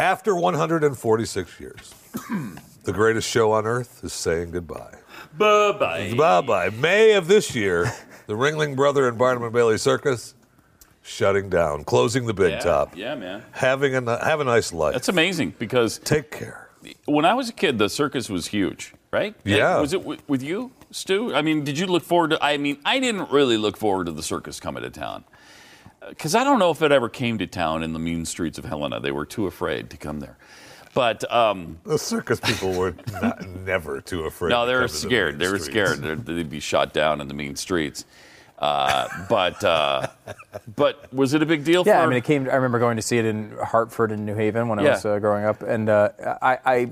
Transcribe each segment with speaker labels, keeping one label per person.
Speaker 1: After 146 years, the greatest show on earth is saying goodbye.
Speaker 2: Bye bye.
Speaker 1: Bye bye. May of this year, the Ringling Brother and Barnum and Bailey Circus shutting down, closing the big top,
Speaker 2: Yeah, man.
Speaker 1: having a ni- have a nice life.
Speaker 2: That's amazing because
Speaker 1: Take care.
Speaker 2: when I was a kid, the circus was huge, right?
Speaker 1: Yeah.
Speaker 2: Was it w- with you, Stu? I mean, did you look forward to? I mean, I didn't really look forward to the circus coming to town because I don't know if it ever came to town in the mean streets of Helena. They were too afraid to come there. But um,
Speaker 1: The circus people were not, never too afraid.
Speaker 2: no,
Speaker 1: to
Speaker 2: they were
Speaker 1: come to the
Speaker 2: scared.
Speaker 1: main
Speaker 2: They were
Speaker 1: streets.
Speaker 2: scared. They'd, they'd be shot down in the mean streets. Uh, but uh, but was it a big deal?
Speaker 3: Yeah,
Speaker 2: for
Speaker 3: I mean, it came. I remember going to see it in Hartford and New Haven when I
Speaker 2: Yeah.
Speaker 3: was uh, growing up, and uh, I, I,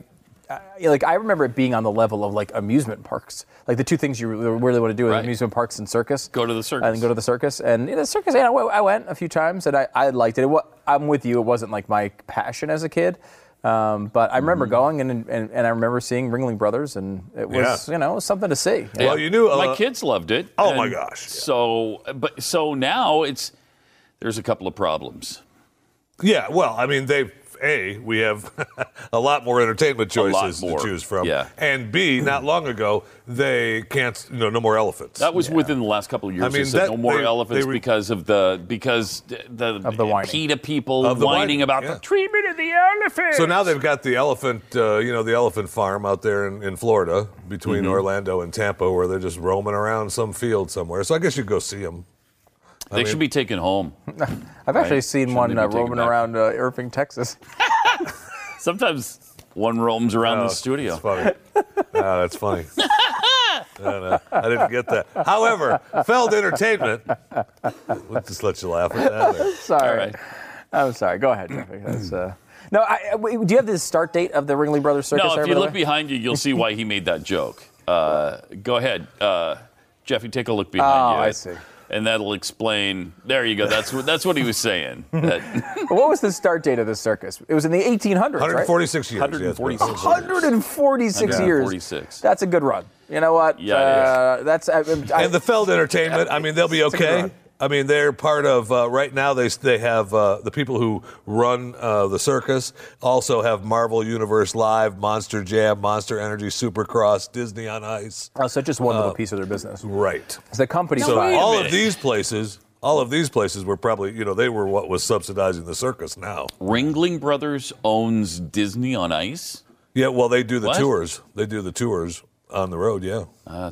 Speaker 3: I, like, I remember it being on the level of like amusement parks. Like the two things you really, really want to do are
Speaker 2: Right.
Speaker 3: amusement parks and circus.
Speaker 2: Go to the circus.
Speaker 3: and go to the circus, and yeah, the circus. Yeah, I went- I went a few times, and I, I liked it. it wa- I'm with you. It wasn't like my passion as a kid. Um, but I
Speaker 2: Mm-hmm.
Speaker 3: remember going and, and, and I remember seeing Ringling Brothers, and it was
Speaker 1: Yeah.
Speaker 3: you know it was something to see.
Speaker 1: Well, you knew.
Speaker 2: my
Speaker 1: uh,
Speaker 2: kids loved it.
Speaker 1: oh my
Speaker 2: and
Speaker 1: gosh.
Speaker 2: So, but so now it's there's a couple of problems.
Speaker 1: Yeah, well, I mean, they a we have a lot more entertainment
Speaker 2: A lot
Speaker 1: choices
Speaker 2: more,
Speaker 1: to choose from,
Speaker 2: yeah.
Speaker 1: and b not long ago they can't no no more elephants.
Speaker 2: That was within the last couple of years.
Speaker 1: I mean,
Speaker 2: they said
Speaker 1: that-
Speaker 2: no more
Speaker 1: they-
Speaker 2: elephants
Speaker 1: they were-
Speaker 2: because of the because the
Speaker 3: Of the whining.
Speaker 2: PETA people
Speaker 1: Of the
Speaker 2: whining,
Speaker 1: whining,
Speaker 2: about
Speaker 1: yeah.
Speaker 2: the treatment of the elephants.
Speaker 1: so now they've got the elephant, uh, you know, the elephant farm out there in, in Florida between
Speaker 2: Mm-hmm.
Speaker 1: Orlando and Tampa, where they're just roaming around some field somewhere. So I guess you go see them.
Speaker 2: they should be taken home.
Speaker 3: I've actually
Speaker 2: Right.
Speaker 3: seen
Speaker 2: Shouldn't
Speaker 3: one
Speaker 2: they be
Speaker 3: uh,
Speaker 2: taken
Speaker 3: roaming
Speaker 2: back?
Speaker 3: around uh, Irving, Texas.
Speaker 2: Sometimes one roams around the studio.
Speaker 1: Oh, That's funny. Ah, that's funny. No, no, I didn't get that. However, Feld Entertainment. We'll just let you laugh at that. there.
Speaker 3: Sorry.
Speaker 2: All right.
Speaker 3: I'm Oh, sorry. Go ahead, Jeffrey. That's, uh, no, I, I- wait, do you have the start date of the Ringling Brothers Circus?
Speaker 2: No,
Speaker 3: there,
Speaker 2: if you
Speaker 3: by the
Speaker 2: look
Speaker 3: way?
Speaker 2: behind you, you'll see why he made that joke. Uh, go ahead, uh, Jeffy. Take a look behind
Speaker 3: Oh,
Speaker 2: you.
Speaker 3: I see.
Speaker 2: And that'll explain. There you go. That's what that's what he was saying. That-
Speaker 3: what was the start date of the circus? It was in the 1800s, right?
Speaker 1: 146 years. yeah, it's been-
Speaker 2: 146.
Speaker 3: 146 years.
Speaker 2: 146.
Speaker 3: That's a good run. You know what?
Speaker 2: Yeah,
Speaker 3: uh, that's I, I,
Speaker 1: and the Feld Entertainment. I mean, they'll be
Speaker 3: It's a good
Speaker 1: okay.
Speaker 3: run.
Speaker 1: I mean, they're part of uh, right now. They they have uh, the people who run uh, the circus also have Marvel Universe Live, Monster Jam, Monster Energy, Supercross, Disney on Ice.
Speaker 3: oh, so just one little piece of their business.
Speaker 1: Right.
Speaker 3: The company's
Speaker 2: No,
Speaker 1: So
Speaker 2: wait a
Speaker 1: all
Speaker 2: minute.
Speaker 1: of these places, all of these places were probably you know they were what was subsidizing the circus now.
Speaker 2: Ringling Brothers owns Disney on Ice.
Speaker 1: Yeah. Well, they do the
Speaker 2: What?
Speaker 1: tours. They do the tours on the road. Yeah.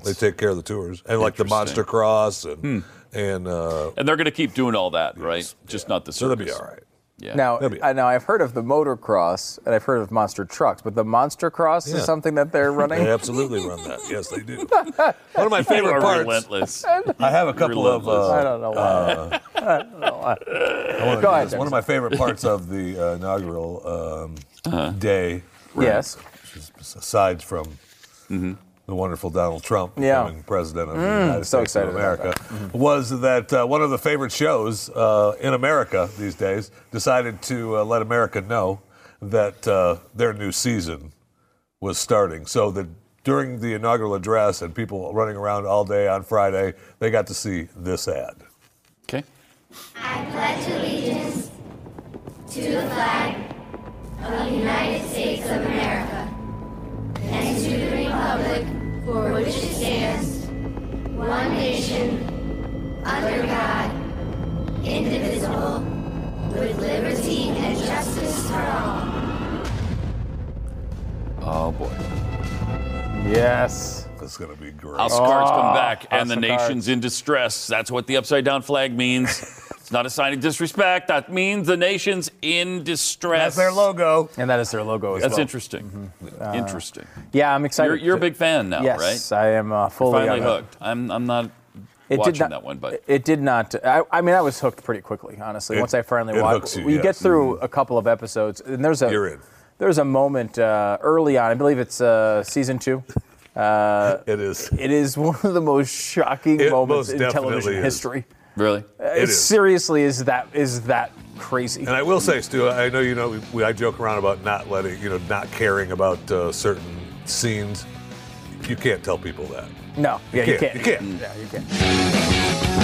Speaker 1: they take care of the tours and like the
Speaker 2: interesting. Hmm.
Speaker 1: Monster Cross and and uh,
Speaker 2: And they're going to keep doing all that, right? Just not the
Speaker 1: so they'll
Speaker 2: circus.
Speaker 1: be all right.
Speaker 2: Yeah.
Speaker 3: Now,
Speaker 1: That'd be-
Speaker 3: I now I've heard of the motocross and I've heard of monster trucks, but the monster cross
Speaker 1: Yeah.
Speaker 3: is something that they're running.
Speaker 1: They absolutely run that. Yes, they do. One of my
Speaker 2: You
Speaker 1: favorite
Speaker 2: are
Speaker 1: parts.
Speaker 2: relentless.
Speaker 1: I have a couple of.
Speaker 2: Relentless.
Speaker 3: I
Speaker 1: Uh,
Speaker 3: don't know why.
Speaker 1: I wanna
Speaker 3: Go
Speaker 1: do
Speaker 3: ahead,
Speaker 1: this. One of my favorite parts of the uh, inaugural um,
Speaker 2: Uh-huh.
Speaker 1: day,
Speaker 3: Yes.
Speaker 1: which is aside from the wonderful Donald Trump
Speaker 3: Yeah. Mm,
Speaker 1: becoming president of the United
Speaker 3: so
Speaker 1: States
Speaker 3: excited
Speaker 1: of
Speaker 3: about
Speaker 1: America, was that uh, one of the favorite shows uh, in America these days decided to uh, let America know that uh, their new season was starting. So that during the inaugural address and people running around all day on Friday, they got to see this ad.
Speaker 2: Okay.
Speaker 4: I pledge allegiance to the flag of the United States of America and to the republic for which it stands, one nation, under God, indivisible, with liberty and justice for all.
Speaker 2: Oh boy.
Speaker 3: Yes.
Speaker 1: That's going to be great.
Speaker 2: House of Cards come back,
Speaker 3: House
Speaker 2: and the
Speaker 3: of
Speaker 2: nation's
Speaker 3: Ah, Cards.
Speaker 2: in distress. That's what the upside down flag means. It's not a sign of disrespect. That means the nation's in distress.
Speaker 1: That's their logo.
Speaker 3: And that is their logo as
Speaker 2: That's
Speaker 3: well.
Speaker 2: interesting. interesting.
Speaker 3: Yeah, I'm excited.
Speaker 2: You're, you're a big fan now,
Speaker 3: yes,
Speaker 2: right?
Speaker 3: I am uh, fully
Speaker 2: Finally
Speaker 3: on it.
Speaker 2: hooked. I'm, I'm not
Speaker 3: It
Speaker 2: watching
Speaker 3: did not,
Speaker 2: that one, but
Speaker 3: it did not. I, I mean, I was hooked pretty quickly, honestly.
Speaker 1: It-
Speaker 3: Once I finally
Speaker 1: it
Speaker 3: watched,
Speaker 1: hooks you,
Speaker 3: we get
Speaker 1: yes.
Speaker 3: through a couple of episodes, and there's a
Speaker 1: You're in.
Speaker 3: there's a moment uh, early on. I believe it's uh, season two.
Speaker 1: It is.
Speaker 3: It is one of the most shocking
Speaker 1: It most
Speaker 3: moments in
Speaker 1: definitely
Speaker 3: television
Speaker 1: is.
Speaker 3: history.
Speaker 2: really,
Speaker 1: It is.
Speaker 3: Seriously, is that is that crazy?
Speaker 1: And I will say, Stu, I know you know we, I joke around about not letting, you know, not caring about uh, certain scenes. You can't tell people that.
Speaker 3: no, yeah, you
Speaker 1: can't,
Speaker 3: can't.
Speaker 1: you can't.
Speaker 3: Yeah, you can't.